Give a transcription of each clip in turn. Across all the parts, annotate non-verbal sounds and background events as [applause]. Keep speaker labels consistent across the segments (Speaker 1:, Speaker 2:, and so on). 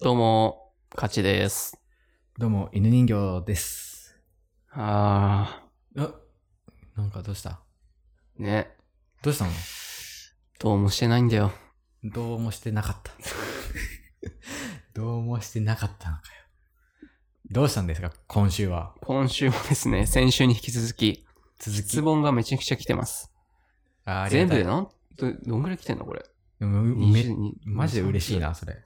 Speaker 1: どうも、勝ちです。
Speaker 2: どうも、犬人形です。
Speaker 1: あ
Speaker 2: あ、なんかどうした
Speaker 1: ー、ね、
Speaker 2: どうしたの
Speaker 1: どうもしてないんだよ。
Speaker 2: どうもしてなかった。 [laughs] どうもしてなかったのかよ。どうしたんですか今週は。
Speaker 1: 今週もですね、先週に引き続き、
Speaker 2: 続き。
Speaker 1: 質問がめちゃくちゃ来てます。
Speaker 2: ああり
Speaker 1: 全
Speaker 2: が
Speaker 1: 部
Speaker 2: た
Speaker 1: で
Speaker 2: い
Speaker 1: なんど、どんぐらい来てんのこれ。
Speaker 2: うんめ
Speaker 1: 22
Speaker 2: マジで嬉しい。な、それ。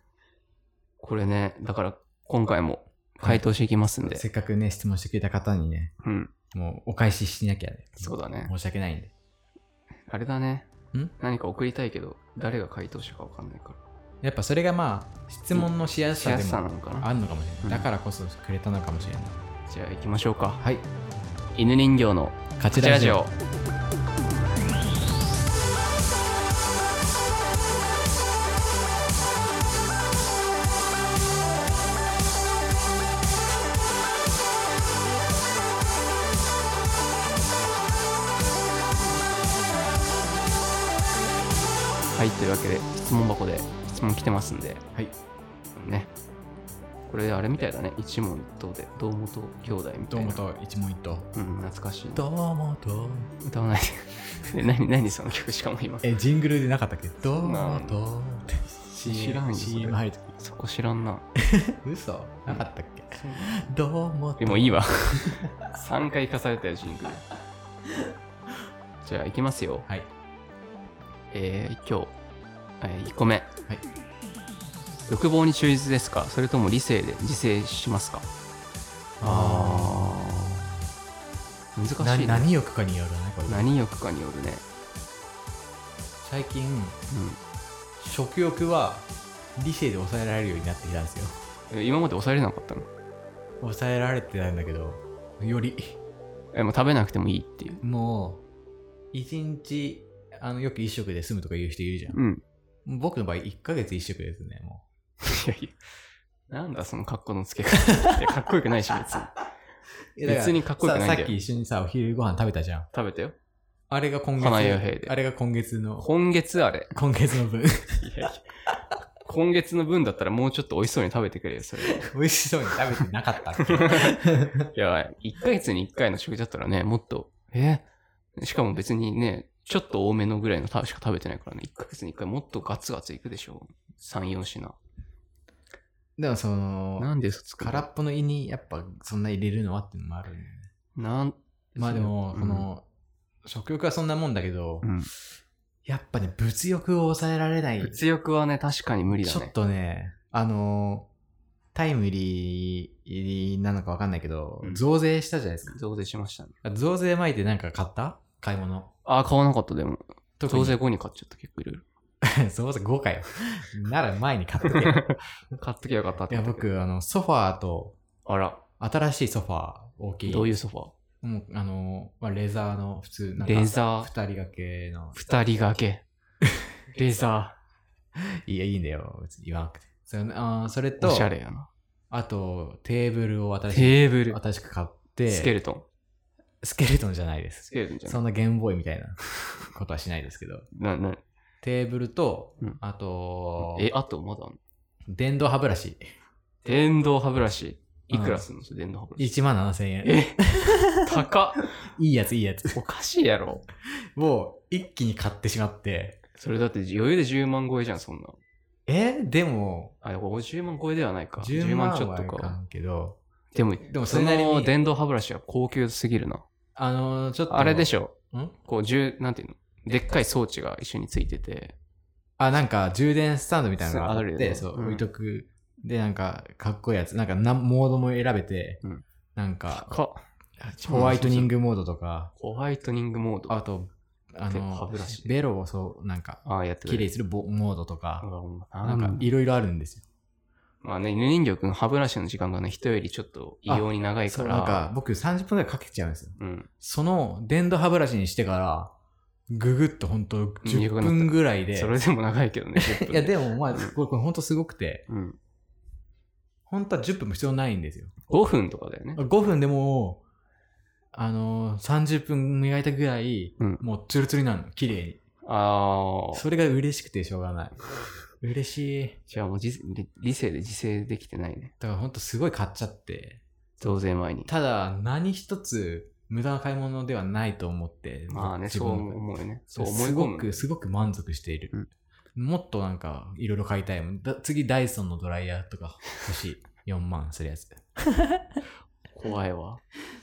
Speaker 1: これね、だから今回も回答していきますんで。
Speaker 2: せっかくね、質問してくれた方にね、
Speaker 1: うん、
Speaker 2: もうお返ししなきゃね。
Speaker 1: そうだね。
Speaker 2: 申し訳ないんで。
Speaker 1: あれだね。
Speaker 2: ん
Speaker 1: 何か送りたいけど、誰が回答したかわかんないから。
Speaker 2: やっぱそれがまあ、質問のしやす
Speaker 1: シェ
Speaker 2: さ
Speaker 1: ア
Speaker 2: で
Speaker 1: さん
Speaker 2: も
Speaker 1: なのか
Speaker 2: あ
Speaker 1: な
Speaker 2: るのかもしれ
Speaker 1: う
Speaker 2: なんい。だからこそくれたのかもしれない。
Speaker 1: じゃあ行きましょうか。
Speaker 2: はい。
Speaker 1: 犬人形の
Speaker 2: 勝
Speaker 1: 勝ちラジオ。。はい、というわけで質問箱で質問来てますんで、
Speaker 2: はい。
Speaker 1: ね。これあれみたいだね。一問一答で、堂本兄弟みた
Speaker 2: どう
Speaker 1: い
Speaker 2: も
Speaker 1: な。
Speaker 2: と一問一答。
Speaker 1: うん、懐かしい。
Speaker 2: どうもと。
Speaker 1: 歌わない [laughs] で。え何、何その曲しかも今。
Speaker 2: え、ジングルでなかったっけどうもと。
Speaker 1: 知らんよそれ
Speaker 2: CM 入るとき。
Speaker 1: そこ知らんな。
Speaker 2: 嘘なかったっけどうもと。
Speaker 1: でもいいわ。3回化されたよ、ジングル。じゃあ、いきますよ。
Speaker 2: はい。
Speaker 1: えー、今日、え1個目。
Speaker 2: はい。
Speaker 1: 欲望に忠実ですかそれとも理性で自制しますかー難
Speaker 2: な
Speaker 1: しいね。
Speaker 2: 何欲かによるね、これ。
Speaker 1: 何欲かによるね。
Speaker 2: 最近、食欲は理性で抑えられるようになってきたんですよ。
Speaker 1: うん。え今まで抑えれなかったの
Speaker 2: 抑えられてたんだけど、より、
Speaker 1: え、もう食べなくてもいいっていう。
Speaker 2: もう、一日、あの、よく一食で済むとか言う人いるじゃん。
Speaker 1: うん。
Speaker 2: 僕の場合、1ヶ月一食ですね、もう。
Speaker 1: いやいや。なんだその格好のつけ方。いや、かっこよくないし、別に。
Speaker 2: いやだら
Speaker 1: 別にかっこよくないんだよ
Speaker 2: ささっき一緒にさ、お昼ご飯食べたじゃん。
Speaker 1: 食べたよ。
Speaker 2: あれが今月。
Speaker 1: 花屋兵で
Speaker 2: あれが今月の、
Speaker 1: 今月あれ。
Speaker 2: 今月の分。
Speaker 1: いやいや。今月の分だったらもうちょっと美味しそうに食べてくれよ、
Speaker 2: [laughs]
Speaker 1: それは。
Speaker 2: 美味しそうに食べてなかったっ
Speaker 1: い
Speaker 2: て。
Speaker 1: や、1ヶ月に1回の食事だったらね、もっと、えしかも別にね、ちょっと多めのぐらいの食しか食べてないからね、1ヶ月に1回もっとガツガツいくでしょ。3、4品。
Speaker 2: [laughs] でもその
Speaker 1: な、んで嘘つくの
Speaker 2: 空っぽの胃にやっぱそんな入れるのはっていうのもあるんだよね。
Speaker 1: なん、
Speaker 2: まあでも、
Speaker 1: うん
Speaker 2: その、食欲はそんなもんだけど、
Speaker 1: うん
Speaker 2: やっぱね、物欲を抑えられない。
Speaker 1: 物欲はね、確かに無理
Speaker 2: ち
Speaker 1: だ
Speaker 2: ょっ
Speaker 1: ね。
Speaker 2: とね、あのー、タイムリーなのかわかんないけど
Speaker 1: うん、
Speaker 2: 増税したじゃないですか。
Speaker 1: 増税しましたね。
Speaker 2: 増税前でなんか買った買い物。 [laughs]
Speaker 1: ああ、買わなかった、でも。
Speaker 2: 特に
Speaker 1: 増税後に買っちゃった、結構いろい
Speaker 2: そうそう、5回。なら前に買っとけ。い
Speaker 1: ろ。買っときゃよかっ
Speaker 2: [laughs]
Speaker 1: たって
Speaker 2: や、
Speaker 1: 言ったけど。
Speaker 2: 僕、あの、ソファーと、
Speaker 1: あら、
Speaker 2: 新しいソファー、大きい。
Speaker 1: どういうソファ
Speaker 2: もう、あの、まあ、レザーの、普通、なんか、
Speaker 1: レザー
Speaker 2: 二人掛けの、
Speaker 1: 二人掛け。レザ
Speaker 2: いや、いいんだよ。別に言わなくて。それあーそれ
Speaker 1: ー。 [laughs]
Speaker 2: と、
Speaker 1: おしゃれやな。
Speaker 2: あと、テーブルを新し
Speaker 1: テーブ
Speaker 2: く、
Speaker 1: ル。
Speaker 2: 新しく買って、
Speaker 1: スケルトン。
Speaker 2: スケルトンじゃないで
Speaker 1: ス
Speaker 2: す。
Speaker 1: ケルトンじゃ
Speaker 2: [laughs] そんなゲームボーイみたいなことはしないですけど。
Speaker 1: ない。な、な、
Speaker 2: テーブルと
Speaker 1: うん、
Speaker 2: あと、
Speaker 1: え、あとまだあんの
Speaker 2: 電動歯ブラシ。
Speaker 1: 電動歯ブラシ。いく
Speaker 2: う
Speaker 1: ら
Speaker 2: ん
Speaker 1: すんの、それ電動歯ブラシ。
Speaker 2: 1万7000
Speaker 1: [laughs]
Speaker 2: 円。
Speaker 1: え高っ
Speaker 2: いいやつ、いいやつ。
Speaker 1: おかしいやろ。
Speaker 2: を一気に買ってしまって、
Speaker 1: それだって余裕で10万超えじゃん、そんな。
Speaker 2: えでも、
Speaker 1: あ、でも50万超えではないか。
Speaker 2: 10
Speaker 1: 10
Speaker 2: 万
Speaker 1: 万
Speaker 2: ち
Speaker 1: ち
Speaker 2: ょ
Speaker 1: ょ
Speaker 2: っ
Speaker 1: っ
Speaker 2: と
Speaker 1: と
Speaker 2: か。
Speaker 1: か。
Speaker 2: けど、
Speaker 1: でも、
Speaker 2: でも
Speaker 1: そ
Speaker 2: それなりに
Speaker 1: の電動歯ブラシは高級すぎるな。
Speaker 2: あのー、ちょっと。
Speaker 1: あれでし
Speaker 2: ょ
Speaker 1: ょ。
Speaker 2: ん
Speaker 1: こう、10、なんていうのでっかい装置が一緒についてて。
Speaker 2: あ、なんか充電スタンドみたいなのがあ
Speaker 1: そうあ
Speaker 2: っ
Speaker 1: るよ
Speaker 2: て、
Speaker 1: ね
Speaker 2: そう、
Speaker 1: うん
Speaker 2: 置いとく。で、なんか、かっこいいやつ。なんかな、モードも選べて、
Speaker 1: うん
Speaker 2: なんか、
Speaker 1: か
Speaker 2: ホワイトニングモードとか、
Speaker 1: ホワイトニングモード。
Speaker 2: あと、あ
Speaker 1: 歯
Speaker 2: の
Speaker 1: ブラシ、
Speaker 2: ベロをそう、なんか、
Speaker 1: あー、やって
Speaker 2: 綺
Speaker 1: る。
Speaker 2: 麗にするボモードとか、
Speaker 1: あな
Speaker 2: な
Speaker 1: ん
Speaker 2: ん
Speaker 1: か
Speaker 2: か、、いろいろあるんですよ。
Speaker 1: まあね、犬人形くん歯ブラシの時間がね、人よりちょっと異様に長いか
Speaker 2: そう、
Speaker 1: ら。
Speaker 2: なんか、僕30分くらいかけちゃうんですよ。
Speaker 1: うん。
Speaker 2: その、電動歯ブラシにしてから、ぐぐっとほんと10
Speaker 1: 短くなった
Speaker 2: 分ぐらいで、
Speaker 1: それでも長いけど
Speaker 2: [laughs]
Speaker 1: ね、10分
Speaker 2: いや、でも、まあ、これ、これ、ほんとすごくて、
Speaker 1: うん。
Speaker 2: 本当は10分も必要ないんですよ。
Speaker 1: 5分とかだよね。
Speaker 2: 5分でもう、あのー、30分磨いたぐらい、
Speaker 1: うん
Speaker 2: もうツルツルなの、綺麗に。
Speaker 1: ああ。
Speaker 2: それが嬉しくてしょうがない。嬉しい。
Speaker 1: じゃあもう自理理性で自制できてないね。
Speaker 2: だからほんとすごい買っちゃって。
Speaker 1: 増税前に。
Speaker 2: ただ、何一つ無駄な買い物ではないと思って。
Speaker 1: まあね、
Speaker 2: 自
Speaker 1: そう
Speaker 2: 分の
Speaker 1: 思うよね。そう思い
Speaker 2: す
Speaker 1: 込
Speaker 2: ご
Speaker 1: む。
Speaker 2: く、すごく満足している。もっとなんか、いろいろ買いたいもん。だ次、ダイソンのドライヤーとか欲しい。4万 [laughs] するやつ。
Speaker 1: 怖いわ。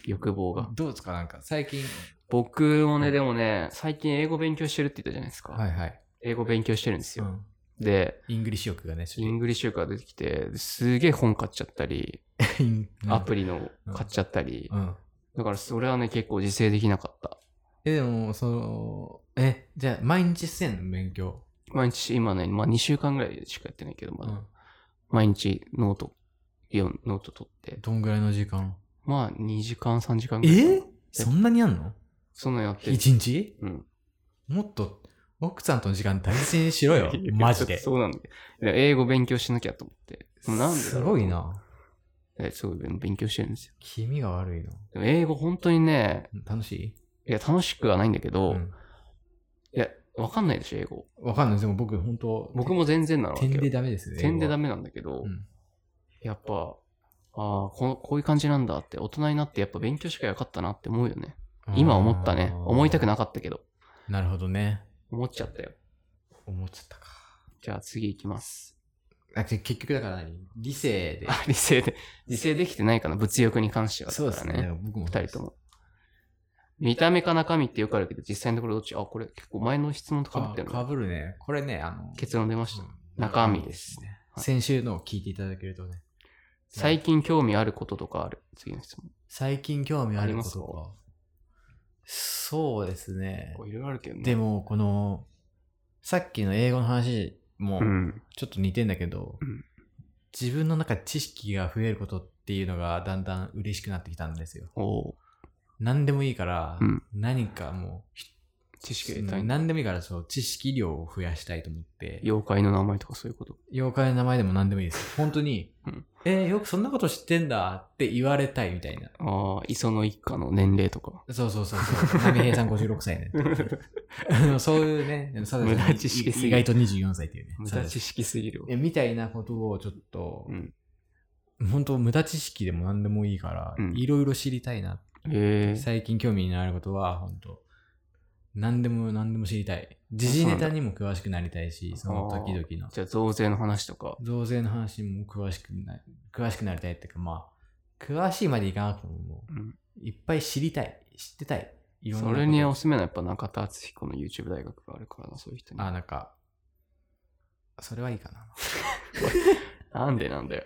Speaker 1: 欲望が。
Speaker 2: どうですかなんか、最近。
Speaker 1: 僕もね、でもね、最近英語勉強してるって言ったじゃないですか。
Speaker 2: はいはい。
Speaker 1: 英語勉強してるんです
Speaker 2: う
Speaker 1: よ。
Speaker 2: ん。
Speaker 1: で、
Speaker 2: イングリッシュ欲がね、ち
Speaker 1: イ
Speaker 2: ょっ
Speaker 1: ングリッシュが出てきて、すげえ本買っちゃったり、
Speaker 2: とイン
Speaker 1: アプリの買っちゃったり、
Speaker 2: うん。
Speaker 1: だからそれはね、結構自制できなかった。
Speaker 2: え、でも、その、え、じゃあ、毎日してんの勉強。
Speaker 1: 毎日、今ね、まあ2週間ぐらいしかやってないけど、まだ、
Speaker 2: うん。
Speaker 1: 毎日ノート、読むノート取って、
Speaker 2: どんぐらいの時間
Speaker 1: まあ2時間、3時間ぐらいかな。
Speaker 2: えそんなにあんの
Speaker 1: そんなのやってる。
Speaker 2: 一日
Speaker 1: うん。
Speaker 2: もっと、奥さんとの時間大事にし
Speaker 1: [laughs]
Speaker 2: ろよ
Speaker 1: い。や
Speaker 2: マジで。
Speaker 1: そうなんだよ。で英語勉強しなきゃと思って。でもなんでだろう
Speaker 2: すごい。な。
Speaker 1: えそう、でも勉強してるんですよ。
Speaker 2: 気味が悪いな。
Speaker 1: でも英語本当にね、
Speaker 2: 楽しい
Speaker 1: いや、楽しくはないんだけど、
Speaker 2: うん
Speaker 1: いや、わかんないでしょ、英語。
Speaker 2: わかんない。でも僕、本当
Speaker 1: 僕も全然なのわけ
Speaker 2: 点で
Speaker 1: よ。
Speaker 2: ダメですね。
Speaker 1: 点でダ
Speaker 2: メ。
Speaker 1: メなんだけど、
Speaker 2: うん
Speaker 1: やっぱ、ああ、このこういう感じなんだって、大人になってやっぱ勉強しかよかったなって思うよね。今思ったね。思いたくなかったけど、
Speaker 2: なるほどね。
Speaker 1: 思っちゃったよ。
Speaker 2: 思っちゃったか。
Speaker 1: じゃあ次行きます。
Speaker 2: あけ結局だから何理性で。
Speaker 1: あ、理性で、理性できてないかな、物欲に関しては。だから。。
Speaker 2: 僕も。
Speaker 1: 二人とも。見た目か中身ってよくあるけど、実際のところどっちあ、これ結構前の質問とかぶってる
Speaker 2: か
Speaker 1: の
Speaker 2: ぶるね。これね、あの、
Speaker 1: 結論出ました
Speaker 2: う。ん
Speaker 1: 中身です
Speaker 2: ね。先週のを聞いていただけるとね。
Speaker 1: 最近興味あることとかある次の質問。
Speaker 2: 最近興味あるこ
Speaker 1: あり
Speaker 2: とか。そうですね。
Speaker 1: こういろいろあるけどね。
Speaker 2: でも、この、さっきの英語の話も
Speaker 1: うん。
Speaker 2: ちょっと似てんだけど、
Speaker 1: うん
Speaker 2: 自分の中で知識が増えることっていうのがだんだん嬉しくなってきたんですよ。
Speaker 1: おう
Speaker 2: 何でもいいから、
Speaker 1: うん
Speaker 2: 何かもうひ、
Speaker 1: 知識
Speaker 2: う
Speaker 1: 得
Speaker 2: ん
Speaker 1: たい。
Speaker 2: 何でもいいからそう知識量を増やしたいと思って、
Speaker 1: 妖怪の名前とかそういうこと。
Speaker 2: 妖怪の名前でも何でもい
Speaker 1: [laughs]
Speaker 2: いです。本当に、
Speaker 1: うん
Speaker 2: えーよくそんなこと知ってんだって言われたいみたいな。
Speaker 1: ああ、磯の一家の年齢と
Speaker 2: [laughs]
Speaker 1: か。
Speaker 2: そうそうそうそう。波平さん56
Speaker 1: [laughs]
Speaker 2: 歳ね。そういうね、サダちゃ
Speaker 1: 無
Speaker 2: ん
Speaker 1: 駄知識すぎる
Speaker 2: 意外と24歳っていうね。
Speaker 1: 無
Speaker 2: サダ
Speaker 1: 駄
Speaker 2: ちゃ
Speaker 1: 知
Speaker 2: ん
Speaker 1: 識すぎるわ。
Speaker 2: えみたいなことをちょっと、
Speaker 1: うん
Speaker 2: 本当無駄知識でも何でもいいから
Speaker 1: うん
Speaker 2: いろいろ知りたいな、
Speaker 1: ええ
Speaker 2: 最近興味になることは本当何でも何でも知りたい時事ネタにも詳しくなりたいしその時々の
Speaker 1: じゃあ増税の話とか。
Speaker 2: 増税の話も詳しくな詳しくなりたいっていうかまあ詳しいまでいかなくてもも
Speaker 1: うん
Speaker 2: ういっぱい知りたい知ってたいいろんな
Speaker 1: そ
Speaker 2: こと
Speaker 1: れにおすすめなやっぱ中田敦彦の YouTube 大学があるからな、そういう人に。
Speaker 2: あなんかそれはいいかな
Speaker 1: なんでなんだよ。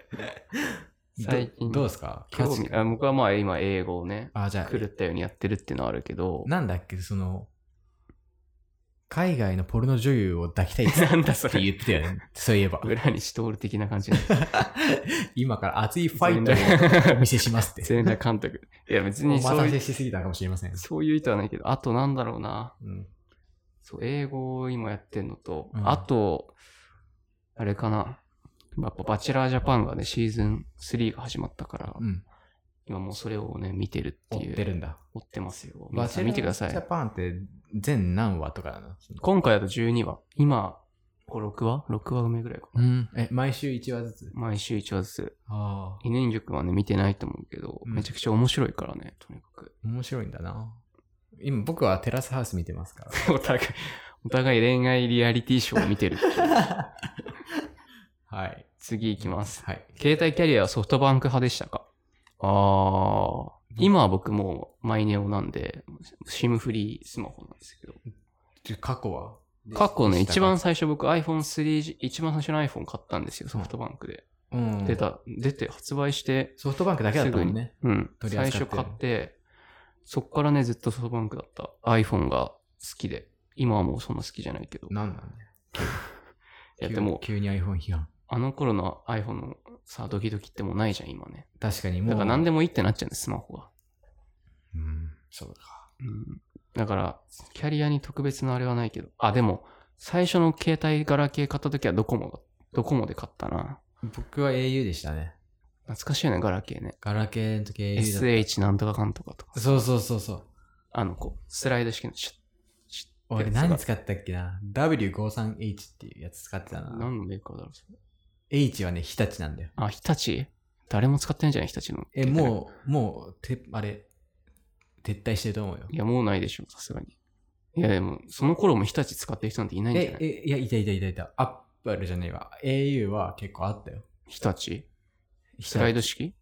Speaker 1: 最近
Speaker 2: どどうですか
Speaker 1: 興味あ僕はまあ今英語をね、
Speaker 2: あじゃあ
Speaker 1: 狂ったようにやってるっていうのはあるけど。
Speaker 2: なんだっけ、その、海外のポルノ女優を抱きたいっ
Speaker 1: [laughs]
Speaker 2: [laughs]
Speaker 1: なんだそ
Speaker 2: て
Speaker 1: れ。
Speaker 2: 言ってたよね。そう
Speaker 1: [laughs]
Speaker 2: いえば。
Speaker 1: 裏にシトール的な感じ
Speaker 2: [laughs]
Speaker 1: で。
Speaker 2: 今から熱いファイトをお見せしますって。
Speaker 1: 全裸 [laughs] 監督。いや別
Speaker 2: お
Speaker 1: に
Speaker 2: 待
Speaker 1: そう
Speaker 2: た
Speaker 1: い
Speaker 2: せ
Speaker 1: う、
Speaker 2: しすぎたかもしれません。
Speaker 1: そういう意図はないけど、あとなんだろうな。
Speaker 2: うん、
Speaker 1: そう、英語を今やってんのと、
Speaker 2: うん
Speaker 1: あと、あれかな。やっぱバチェラージャパンがね、シーズン3が始まったから、
Speaker 2: うん。
Speaker 1: 今もうそれをね、見てるって
Speaker 2: 追
Speaker 1: いう。
Speaker 2: ってるんだ。
Speaker 1: 追ってますよ。皆さん見てくださ
Speaker 2: ジャ
Speaker 1: い。
Speaker 2: パンって全何話とかなの
Speaker 1: 今回だと12話。今、5、6話 ?6 話目ぐらいか
Speaker 2: う
Speaker 1: な。
Speaker 2: ん。え、毎週1話ずつ。
Speaker 1: 毎週1話ずつ。
Speaker 2: ああ。
Speaker 1: 犬人塾はね、見てないと思うけど、
Speaker 2: うん
Speaker 1: めちゃくちゃ面白いからね、とにかく。 [laughs]
Speaker 2: 面白いんだな。今僕はテラスハウス見てますから。
Speaker 1: お互い、お互い恋愛リアリティショーを見てるっていう。 [laughs]
Speaker 2: はい。
Speaker 1: 次行きます。
Speaker 2: はい。
Speaker 1: 携帯キャリアはソフトバンク派でしたかああ、今は僕もうマイネオなんで、シムフリースマホなんですけど。
Speaker 2: じゃ過去は
Speaker 1: 過去ね、一番。最初僕 iPhone3、一番最初の iPhone 買ったんですよ、ソフトバンクで。
Speaker 2: うん。
Speaker 1: 出。た、出て発売して、
Speaker 2: ソフトバンクだけだったもんね。
Speaker 1: うん、
Speaker 2: 取り
Speaker 1: 最
Speaker 2: 扱って
Speaker 1: 初買って、そっからね、ずっとソフトバンクだった。iPhone が好きで。今はもうそんな好きじゃないけど。
Speaker 2: なんなん
Speaker 1: いや、でも、
Speaker 2: 急に iPhone 批判。
Speaker 1: あの頃の iPhone のさ、ドキドキってもうないじゃん、今ね。
Speaker 2: 確かにもう。
Speaker 1: だから何でもいいってなっちゃうんです、スマホが。
Speaker 2: うん、そうか。
Speaker 1: うんだから、キャリアに特別なあれはないけど。あ、でも、最初の携帯ガラケー買った時はドコモが、ドコモで買ったな。
Speaker 2: 僕は au でしたね。
Speaker 1: 懐かしいよね、ガラケーね。
Speaker 2: ガラケーの時 au だっ
Speaker 1: SH なんとかかんとかとか。
Speaker 2: た。そうそうそうそう。
Speaker 1: あの、こう、スライド式のシュッ、シュッ
Speaker 2: 俺何使ったっけな ?W53H っていうやつ使ってたな。
Speaker 1: 何のメーカーだろうそれ
Speaker 2: H はね、日立なんだよ。
Speaker 1: あ、日立誰も使ってないんじゃない日立の。
Speaker 2: え、もう、もう、て、あれ、撤退してると思うよ
Speaker 1: う。い。や、もうないでしょ、さすがに。いや、でも、その頃も日立使ってる人なんていないんじゃ
Speaker 2: え
Speaker 1: な、い
Speaker 2: え、いや、いたいたいたいた。アップルじゃねえわ。au は結構あったよ。
Speaker 1: 日立スライド
Speaker 2: 日立
Speaker 1: 式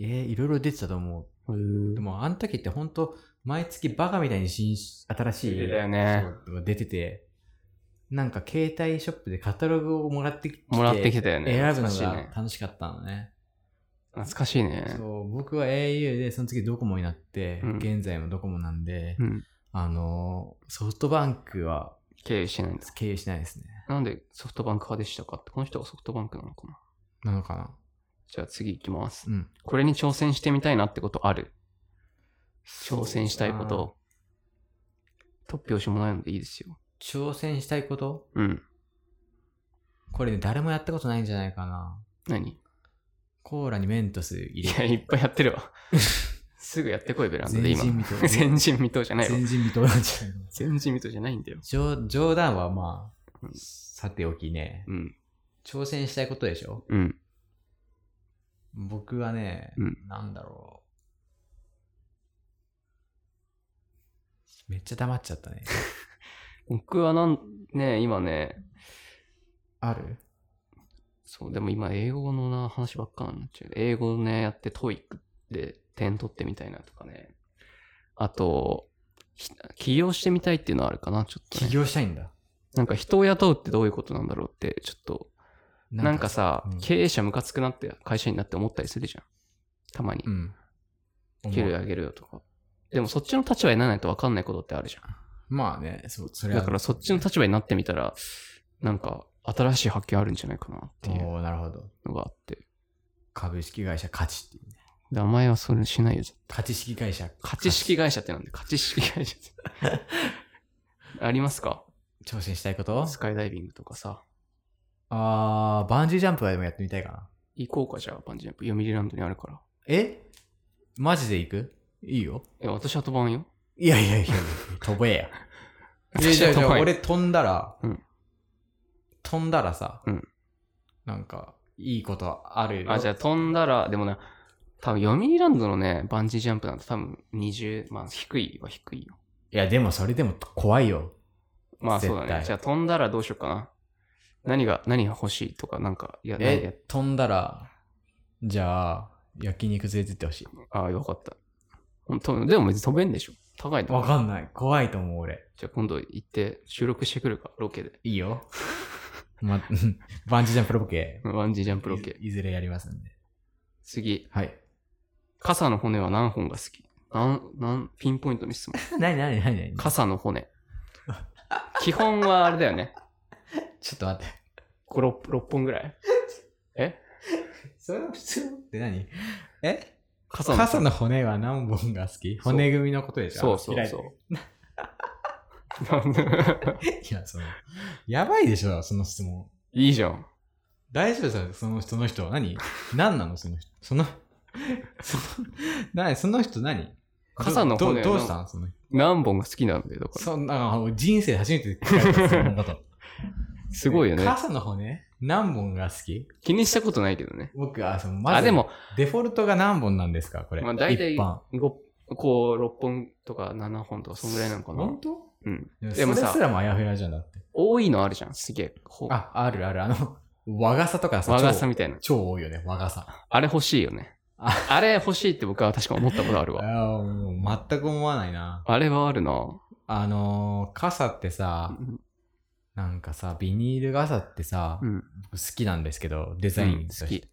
Speaker 2: えいろいろ出てたと思う。でも、あの時って本当毎月バカみたいに新し、新し
Speaker 1: 出
Speaker 2: い、
Speaker 1: てたよね
Speaker 2: そう出てて、なんか携帯ショップでカタログをもらってきて、
Speaker 1: もらってきてたよね。
Speaker 2: 選ぶ
Speaker 1: 懐
Speaker 2: の
Speaker 1: かしい
Speaker 2: が
Speaker 1: ね。
Speaker 2: 楽しかったのね。
Speaker 1: 懐かしいね。
Speaker 2: そう僕は au でその次ドコモになって、
Speaker 1: うん
Speaker 2: 現在もドコモなんで、
Speaker 1: うん。
Speaker 2: あのーソフトバンクは
Speaker 1: 経由してないんだ。
Speaker 2: 経由しないですね
Speaker 1: なんでソフトバンク派でしたかって、この人がソフトバンクなのかな。
Speaker 2: なのかな
Speaker 1: じゃあ次行きます。
Speaker 2: うん
Speaker 1: これに挑戦してみたいなってことある挑戦したいこ
Speaker 2: そうだな
Speaker 1: と。突拍子もないのでいいですよ。
Speaker 2: 挑戦したいこと
Speaker 1: うん。
Speaker 2: これね誰もやったことないんじゃないかな
Speaker 1: 何
Speaker 2: コーラにメントス入
Speaker 1: い
Speaker 2: れ
Speaker 1: や、いっぱいやってる
Speaker 2: [laughs]
Speaker 1: わ。すぐやってこい、ベランダで
Speaker 2: 前
Speaker 1: 今。
Speaker 2: 人未到
Speaker 1: 前人未 [laughs] 到じゃないわ。
Speaker 2: 前人未到なんじゃないの
Speaker 1: 前人未到じゃないんだよ。
Speaker 2: 冗冗談はまあ
Speaker 1: うん
Speaker 2: さておきね
Speaker 1: うん。
Speaker 2: 挑戦したいことでしょ
Speaker 1: うん。
Speaker 2: 僕はね、
Speaker 1: うん
Speaker 2: なんだろう。めっちゃ黙っちゃったね。
Speaker 1: 僕はなん、ね、今ね、
Speaker 2: あ
Speaker 1: [laughs]
Speaker 2: る
Speaker 1: そう、でも今英語のな話ばっかになっちゃう。英語ね、やってトイックで点取ってみたいなとかね。あと、ひ起業してみたいっていうのはあるかな、ちょっと、
Speaker 2: 起
Speaker 1: ね。
Speaker 2: 業したいんだ。
Speaker 1: なんか人を雇うってどういうことなんだろうって、ちょっと、なんかさ、
Speaker 2: うん
Speaker 1: 経営者ムカつくなって会社になって思ったりするじゃん。たまに
Speaker 2: う。ん。
Speaker 1: 給料上げるよとか。でもそっちの立場にならないと分かんないことってあるじゃん。
Speaker 2: まあね、そう、それは。
Speaker 1: だからそっちの立場になってみたら、なんか新しい発見あるんじゃないかなっていう
Speaker 2: おーなるほど。
Speaker 1: のがあって。
Speaker 2: 株式会社価値っていうね。
Speaker 1: 名前はそれしないよ。
Speaker 2: 価値式会社。
Speaker 1: 価値式会社ってなんで、価値式会社って。 [laughs] ありますか
Speaker 2: 価値。挑戦したいこと
Speaker 1: スカイダイビングとかさ。
Speaker 2: あー、バンジージャンプはでもやってみたいかな。
Speaker 1: 行こうか、じゃあ、バンジージャンプ。読売ランドにあるから。
Speaker 2: えマジで行くいいよ。
Speaker 1: え、私は飛ばんよ。
Speaker 2: いやいやいやいや、飛べ [laughs] や。え
Speaker 1: 私
Speaker 2: じゃ
Speaker 1: は
Speaker 2: あじ
Speaker 1: 飛
Speaker 2: ゃあ
Speaker 1: ばんよ。
Speaker 2: 俺飛んだら、
Speaker 1: うん
Speaker 2: 飛んだらさ、
Speaker 1: うん
Speaker 2: なんか、いいことあるよ
Speaker 1: あ、じゃあ飛んだら、でもね、多分読売ランドのね、バンジージャンプなんて多分20、まあ低いは低いよ。
Speaker 2: いや、でもそれでも怖いよ。
Speaker 1: まあそうだ
Speaker 2: 絶
Speaker 1: ね。
Speaker 2: 対
Speaker 1: じゃあ飛んだらどうしようかな。何が、何が欲しいとか、なんか、いや、何や
Speaker 2: え、飛んだら、じゃあ、焼肉連れてってほしい。
Speaker 1: ああ、よかった。ほんとでも別に飛べんでしょ。高いの。
Speaker 2: わかんない。怖いと思う、俺。
Speaker 1: じゃあ今度行って収録してくるか、ロケで。
Speaker 2: いい
Speaker 1: [laughs]
Speaker 2: よ。ま、 [laughs] バンジージャンプロケ。
Speaker 1: バンジージャンプロケ。
Speaker 2: い。いずれやりますんで。
Speaker 1: 次。
Speaker 2: はい。
Speaker 1: 傘の骨は何本が好きなん、なん、ピンポイントに質 [laughs] 問。
Speaker 2: なになになになに
Speaker 1: 傘の骨。基本はあれだよね。
Speaker 2: ちょっと待って。
Speaker 1: 5、6, 6本ぐらい。え
Speaker 2: それは普通って何え
Speaker 1: 傘の
Speaker 2: 傘の骨は何本が好き
Speaker 1: そう
Speaker 2: 骨組みのことでしょ
Speaker 1: そうそうそう。なんで [laughs]
Speaker 2: いや、その、やばいでしょ、その質問。
Speaker 1: いいじゃん。
Speaker 2: 大丈夫さ、その人、その
Speaker 1: [laughs]
Speaker 2: 人。何何なのその人。その、その、何その人何
Speaker 1: 傘の
Speaker 2: ど
Speaker 1: 骨
Speaker 2: どどうしたんその人。
Speaker 1: 何本が好きなんだよ、だから。
Speaker 2: そんな、人生で初めて聞かれた、そんなこと。
Speaker 1: すごいよね。
Speaker 2: 傘の骨何本が好き
Speaker 1: 気にしたことないけどね。
Speaker 2: 僕は、その、まず、
Speaker 1: あ、でも、
Speaker 2: デフォルトが何本なんですかこれ。
Speaker 1: まあ、大体、
Speaker 2: 一般。
Speaker 1: ごこう、6本とか7本とか、そんぐらいなのかな
Speaker 2: 本。当
Speaker 1: うん。で
Speaker 2: で
Speaker 1: も
Speaker 2: も
Speaker 1: さ
Speaker 2: さ。それすらもあやふやじゃんだって。
Speaker 1: 多いのあるじゃん、すげえ。ほ
Speaker 2: あ、あるある。あの、和傘とかさ、
Speaker 1: 和傘
Speaker 2: 超
Speaker 1: みたいな。
Speaker 2: 超多いよね、和傘。
Speaker 1: あれ欲しいよね。
Speaker 2: あ
Speaker 1: あ [laughs] れ欲しいって僕は確か思ったことあるわ。
Speaker 2: ああ、もう全く思わないな。
Speaker 1: あれはあるな。
Speaker 2: あのー、傘って
Speaker 1: う
Speaker 2: さ、
Speaker 1: ん
Speaker 2: なんかさ、ビニール傘ってさ、
Speaker 1: うん。
Speaker 2: 好きなんですけど、デザインとして
Speaker 1: 好き。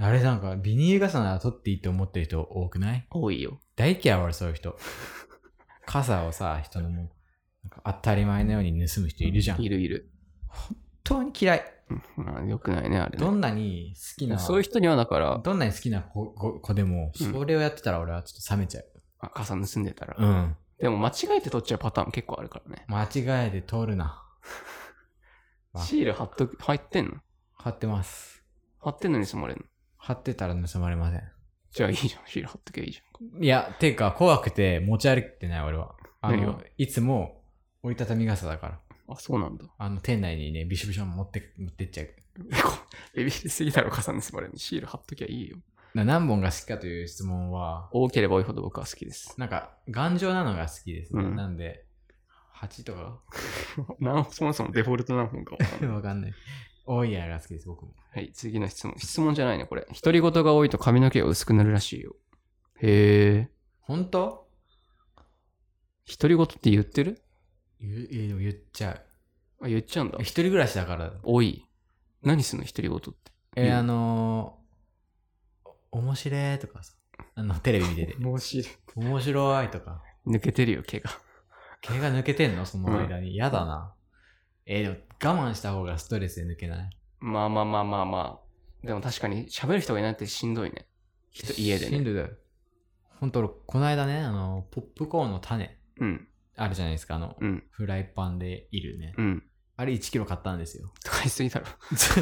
Speaker 2: あれなんか、ビニール傘なら取っていいと思ってる人多くない
Speaker 1: 多いよ。
Speaker 2: 大嫌い俺そういう人。傘をさ、人のもう、なんか当たり前のように盗む人いるじゃん。
Speaker 1: い
Speaker 2: 本
Speaker 1: るいる。
Speaker 2: 当に嫌い。
Speaker 1: まあ、よくないね、あれ
Speaker 2: ど
Speaker 1: ね。
Speaker 2: んなに好きな、
Speaker 1: そういう人にはだから、
Speaker 2: どんなに好きな子子子でも、
Speaker 1: うん
Speaker 2: それをやってたら俺はちょっと冷めちゃう。
Speaker 1: あ傘盗んでたら。
Speaker 2: うん。
Speaker 1: でも間違えて取っちゃうパターンも結構あるからね。
Speaker 2: 間違えて通るな。あ
Speaker 1: シール貼っとく、入ってんの
Speaker 2: 貼ってます。
Speaker 1: 貼ってんのに盗まれんの
Speaker 2: 貼ってたら盗まれません。
Speaker 1: [laughs] じゃあいいじゃん、シール貼っとけばいいじゃん。
Speaker 2: いや、ていうか、怖くて持ち歩いてない、俺は。あ
Speaker 1: 何
Speaker 2: の
Speaker 1: が、
Speaker 2: いつも折りたたみ傘だから。
Speaker 1: あ、そうなんだ。 [laughs]
Speaker 2: あの、店内にね、びしょびしょの持って、持ってっちゃう。
Speaker 1: エビすぎだろ、重ねすばれに。シール貼っときゃいいよ。
Speaker 2: な何本が好きかという質問は、
Speaker 1: 多ければ多いほど僕は好きです。 [laughs]
Speaker 2: なんか、頑丈なのが好きですね。
Speaker 1: うん
Speaker 2: なんで、8とか
Speaker 1: なんそもそもデフォルト何本かわかん [laughs] ない。
Speaker 2: わかんない。多いやが好きです、僕も。
Speaker 1: はい、次の質問。質問じゃないね、これ。独り言が多いと髪の毛が薄くなるらしいよ。へえ。
Speaker 2: 本当
Speaker 1: 独り言って言ってる
Speaker 2: 言うえでも言っちゃう。
Speaker 1: あ、言っちゃうんだ
Speaker 2: 一。人暮らしだから。
Speaker 1: 多い。何すんの独り言って。
Speaker 2: え
Speaker 1: うん。
Speaker 2: あのー、お面白いとかさ。あの、テレビ見てて
Speaker 1: 帽子。
Speaker 2: 面白いとか。
Speaker 1: 抜けてるよ、毛が。
Speaker 2: 毛が抜けてんのその間に。嫌だな。えでも我慢した方がストレスで抜けない。
Speaker 1: まあまあまあまあまあ。でも確かに喋る人がいないってしんどいね。人家で
Speaker 2: しん
Speaker 1: ね。
Speaker 2: どいだよ。ほんと俺、この間ね、あの、ポップコーンの種、
Speaker 1: うん。
Speaker 2: あるじゃないですか。あの、
Speaker 1: うん
Speaker 2: フライパンでいるね。
Speaker 1: うん。
Speaker 2: あれ1キロ買ったんですよ。 [laughs]
Speaker 1: 使いすぎだろ。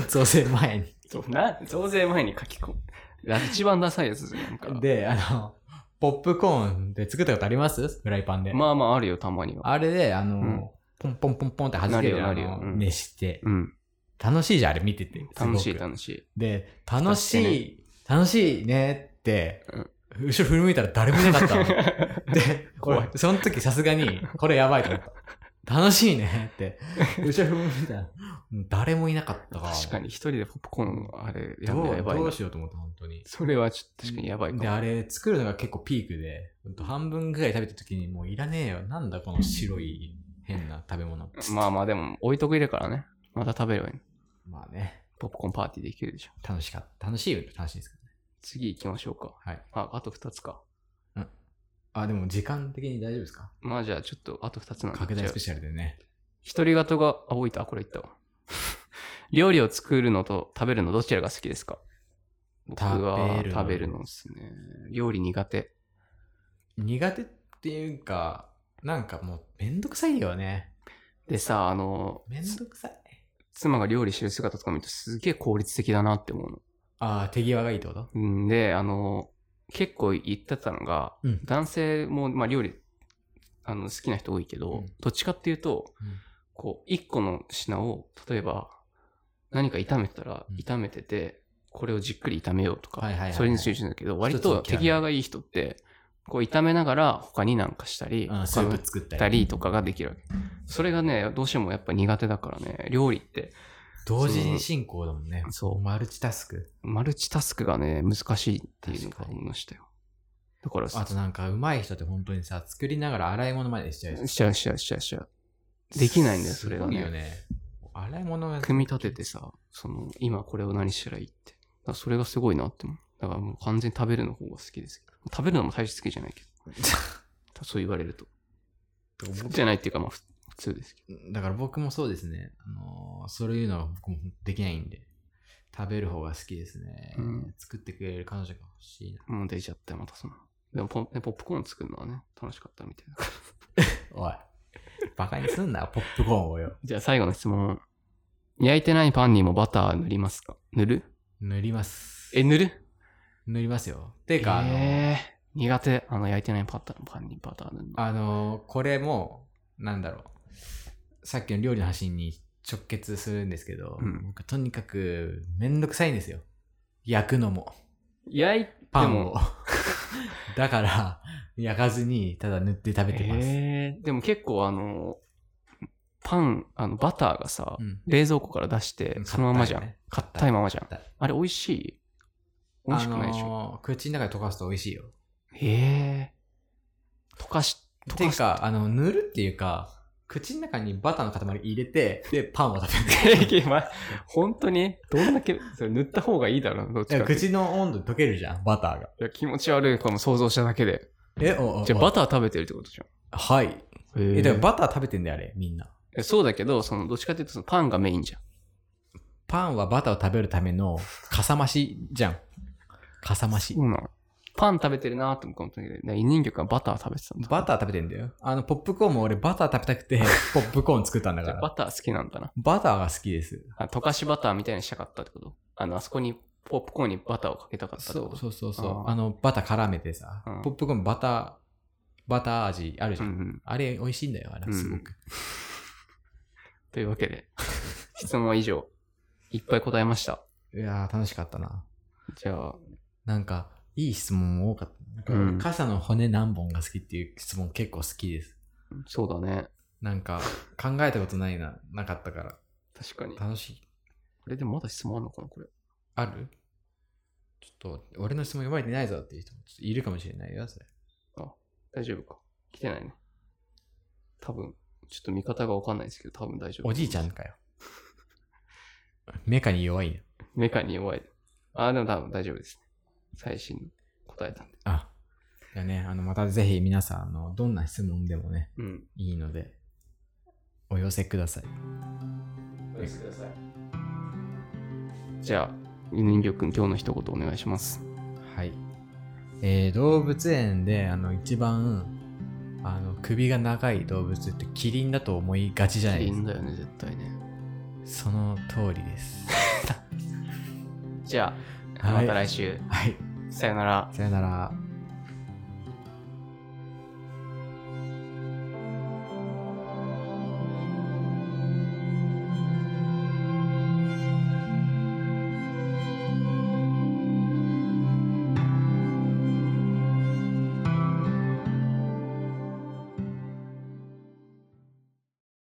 Speaker 2: 増税前に。
Speaker 1: そうな、増税前に書き込む。ラ一番ダサいやつじゃん。なんか
Speaker 2: で、あの、ポップコーンで作ったことありますフライパンで。
Speaker 1: まあまああるよ、たまには。
Speaker 2: あれで、あの、
Speaker 1: うん
Speaker 2: ポンポンポンポンって弾ける
Speaker 1: なるよ
Speaker 2: あの
Speaker 1: なるようん
Speaker 2: 熱して。
Speaker 1: うん。
Speaker 2: 楽しいじゃん、あれ見てて。すごく
Speaker 1: 楽しい、楽しい。
Speaker 2: で、楽しい、楽しいねって、
Speaker 1: うん
Speaker 2: 後ろ振り向いたら誰もいな
Speaker 1: [laughs]
Speaker 2: かったの。で、
Speaker 1: 怖い
Speaker 2: 俺その時さすがに、これやばいと思った。楽しいねって、後ろ振り向いたら、誰もいなかったから。
Speaker 1: 確かに、一人でポップコーン、あれ、や
Speaker 2: ど
Speaker 1: ばいうやばい
Speaker 2: ど
Speaker 1: な
Speaker 2: う。しようと思った、本当に。
Speaker 1: それはちょっと確かにやばいか
Speaker 2: で、
Speaker 1: も。
Speaker 2: あれ、作るのが結構ピークで、ほんと半分ぐらい食べた時にもういらねえよ。なんだこの白い変な食べ物。
Speaker 1: まあまあ、でも、置いとくいるからね。また食べればいいの。
Speaker 2: まあね、
Speaker 1: ポップコーンパーティーできるでしょ。
Speaker 2: 楽しかった。楽しいよ、楽しいですけどね。
Speaker 1: 次行きましょうか。
Speaker 2: はい。
Speaker 1: あ、あと2つか。
Speaker 2: あ、でも時間的に大丈夫ですか
Speaker 1: まあじゃあ、ちょっと、あと2つなんで。
Speaker 2: 拡大
Speaker 1: じゃ
Speaker 2: ス
Speaker 1: あ
Speaker 2: ペシャルでね。
Speaker 1: 独り言が、あ、置いた、これ言ったわ。 [laughs] 料理を作るのと食べるのどちらが好きですか僕は
Speaker 2: 食べるの
Speaker 1: 食べるのですね。料理苦手。
Speaker 2: 苦手っていうか、なんかもうめんどくさいよね。
Speaker 1: でさ、あの、
Speaker 2: めんどくさい。
Speaker 1: 妻が料理してる姿とか見るとすげえ効率的だなって思う
Speaker 2: ああ、手際がいいってこと
Speaker 1: の。んで、あの、結構言ってたのが、
Speaker 2: うん
Speaker 1: 男性も、まあ、料理あの好きな人多いけど、
Speaker 2: うん
Speaker 1: どっちかっていうと、
Speaker 2: うん
Speaker 1: こう一個の品を例えば何か炒めてたら、
Speaker 2: うん
Speaker 1: 炒めててこれをじっくり炒めようとか、
Speaker 2: はいはいはいはい
Speaker 1: それに集中するんだけど割
Speaker 2: 一つ
Speaker 1: と
Speaker 2: を
Speaker 1: 手
Speaker 2: 切らない
Speaker 1: 際がいい人ってこう炒めながら他になんかしたり、
Speaker 2: うん、ス
Speaker 1: 他の
Speaker 2: ープ作ったり。
Speaker 1: たりとかができるわけそれがねどうしてもやっぱ苦手だからね料理って
Speaker 2: 同時進行だもんね。
Speaker 1: そう
Speaker 2: マルチタスク。
Speaker 1: マルチタスクがね難しいっていうのが思いましたよだから
Speaker 2: あとなんか、上手い人って本当にさ、作りながら洗い物までしちゃう
Speaker 1: しちゃうしちゃうしちゃうしちゃうできないんだよそれが
Speaker 2: すごい
Speaker 1: ね
Speaker 2: よね。洗い物が。
Speaker 1: 組み立ててさ、その、今これを何したらいいって。だからそれがすごいなって思う。だからもう完全に食べるの方が好きですけど。食べるのも大して好きじゃないけど。 [laughs] たそう言われると。じゃないっていうか、まあ、ふ普通ですけ
Speaker 2: だから僕もそうですね。あのーそういうのは僕もできないんで。食べる方が好きですね。
Speaker 1: うん
Speaker 2: 作ってくれる彼女が欲しいな。
Speaker 1: ど。もう出ちゃったよ、またその。でもポン、ねポップコーン作るのはね、楽しかったみたいな。 [laughs]
Speaker 2: おい。バカにすんな、ポップコーンをよ。
Speaker 1: じゃあ最後の質問。焼いてないパンにもバター塗りますか塗る
Speaker 2: 塗ります。
Speaker 1: え、塗る
Speaker 2: 塗りますよ。てか、
Speaker 1: えー苦手。あの、焼いてないパターンパンにバター塗るの。
Speaker 2: あの、あのこれも、なんだろう。さっきの料理の話に直結するんですけど、
Speaker 1: うん
Speaker 2: 僕とにかくめんどくさいんですよ。焼くのも、
Speaker 1: 焼いて
Speaker 2: パン
Speaker 1: も [laughs]
Speaker 2: を。だから、焼かずに、ただ塗って食べてます。
Speaker 1: えーでも結構あの、パン、あの、バターがさ、
Speaker 2: うん
Speaker 1: 冷蔵庫から出して、そのままじゃん。硬いままじゃん。
Speaker 2: 硬い
Speaker 1: あれ美味しい美味しくないでし
Speaker 2: あ
Speaker 1: ょ。
Speaker 2: のー口の中で溶かすと美味しいよ。
Speaker 1: えー溶かし、溶
Speaker 2: てい
Speaker 1: か
Speaker 2: う
Speaker 1: し、
Speaker 2: か、あの、塗るっていうか、口の中にバターの塊入れて、で、パンを食べ
Speaker 1: [laughs]
Speaker 2: る。
Speaker 1: ま [laughs] 本当にどんだけ、それ塗った方がいいだろう、どっ
Speaker 2: い
Speaker 1: ち
Speaker 2: や
Speaker 1: かっていうと。
Speaker 2: 口の温度で溶けるじゃん、バターが。
Speaker 1: いや気持ち悪いかも想像しただけで。
Speaker 2: え、おお
Speaker 1: じゃあバター食べてるってことじゃん。
Speaker 2: ター。はい。え、だからバター食べてんだよ、あれ、みんな。
Speaker 1: えそうだけど、その、どっちかっていうと、そのパンがメインじゃん。
Speaker 2: パンはバターを食べるための、かさ増しじゃん。かさ増し
Speaker 1: そ。うなのパン食べてるなーって思うかもしれないけど、委任曲はバター食べてたんだ。
Speaker 2: バター食べてんだよ。あの、ポップコーンも俺バター食べたく
Speaker 1: [laughs]
Speaker 2: て、ポップコーン作ったんだ
Speaker 1: じ
Speaker 2: か
Speaker 1: ゃあバ
Speaker 2: ら。
Speaker 1: ター好きなんだな。
Speaker 2: バターが好きです。
Speaker 1: あ溶かしバターみたいにしたかったってことあの、あそこにポップコーンにバターをかけたかったって
Speaker 2: そ
Speaker 1: こ
Speaker 2: う
Speaker 1: と
Speaker 2: そうそうそう
Speaker 1: あ
Speaker 2: あ
Speaker 1: ー
Speaker 2: のバター絡めてさ、
Speaker 1: うん
Speaker 2: ポップコーンバターバター味あるじ
Speaker 1: う
Speaker 2: ゃ。
Speaker 1: んうんん。
Speaker 2: あれ、美味しいんだよ、あ
Speaker 1: う
Speaker 2: れ、
Speaker 1: ん
Speaker 2: すごく。
Speaker 1: というわけで、 [laughs] 質問は以上。いっぱい答えました。
Speaker 2: いやー、楽しかったな。
Speaker 1: じゃあ、
Speaker 2: なんか、いい質問も多かった。
Speaker 1: う
Speaker 2: なんんか傘の骨何本が好きっていう質問結構好きです。
Speaker 1: そうだね。
Speaker 2: なんか、考えたことないな、なかったから。
Speaker 1: 確かに。こ
Speaker 2: 楽しい。
Speaker 1: れでもまだ質問あるのかなこれ。
Speaker 2: あるちょっと、俺の質問読まれてないぞっていう人もちょっといるかもしれないよ、それ。
Speaker 1: 大丈夫か来てないね。多分、ちょっと見方がわかんないですけど、多分大丈夫。
Speaker 2: おじいちゃんかよ。メカに弱いよ。
Speaker 1: メカに弱い。ああ、でも多分大丈夫ですね。最新の答えたんで。
Speaker 2: あ、じゃあね、あの、またぜひ皆さん、あの、どんな質問でもね、
Speaker 1: うん。
Speaker 2: いいので、お寄せください。
Speaker 1: じゃあ、人形くん、今日の一言お願いします。
Speaker 2: はい。えー動物園で、あの、一番、あの、首が長い動物ってキリンだと思いがちじゃない
Speaker 1: い
Speaker 2: で
Speaker 1: い
Speaker 2: す
Speaker 1: ん
Speaker 2: か。
Speaker 1: だよね、絶対ね。
Speaker 2: その通りです。
Speaker 1: じゃあ、
Speaker 2: はい
Speaker 1: また来週。
Speaker 2: はい。
Speaker 1: さよなら。
Speaker 2: さよなら。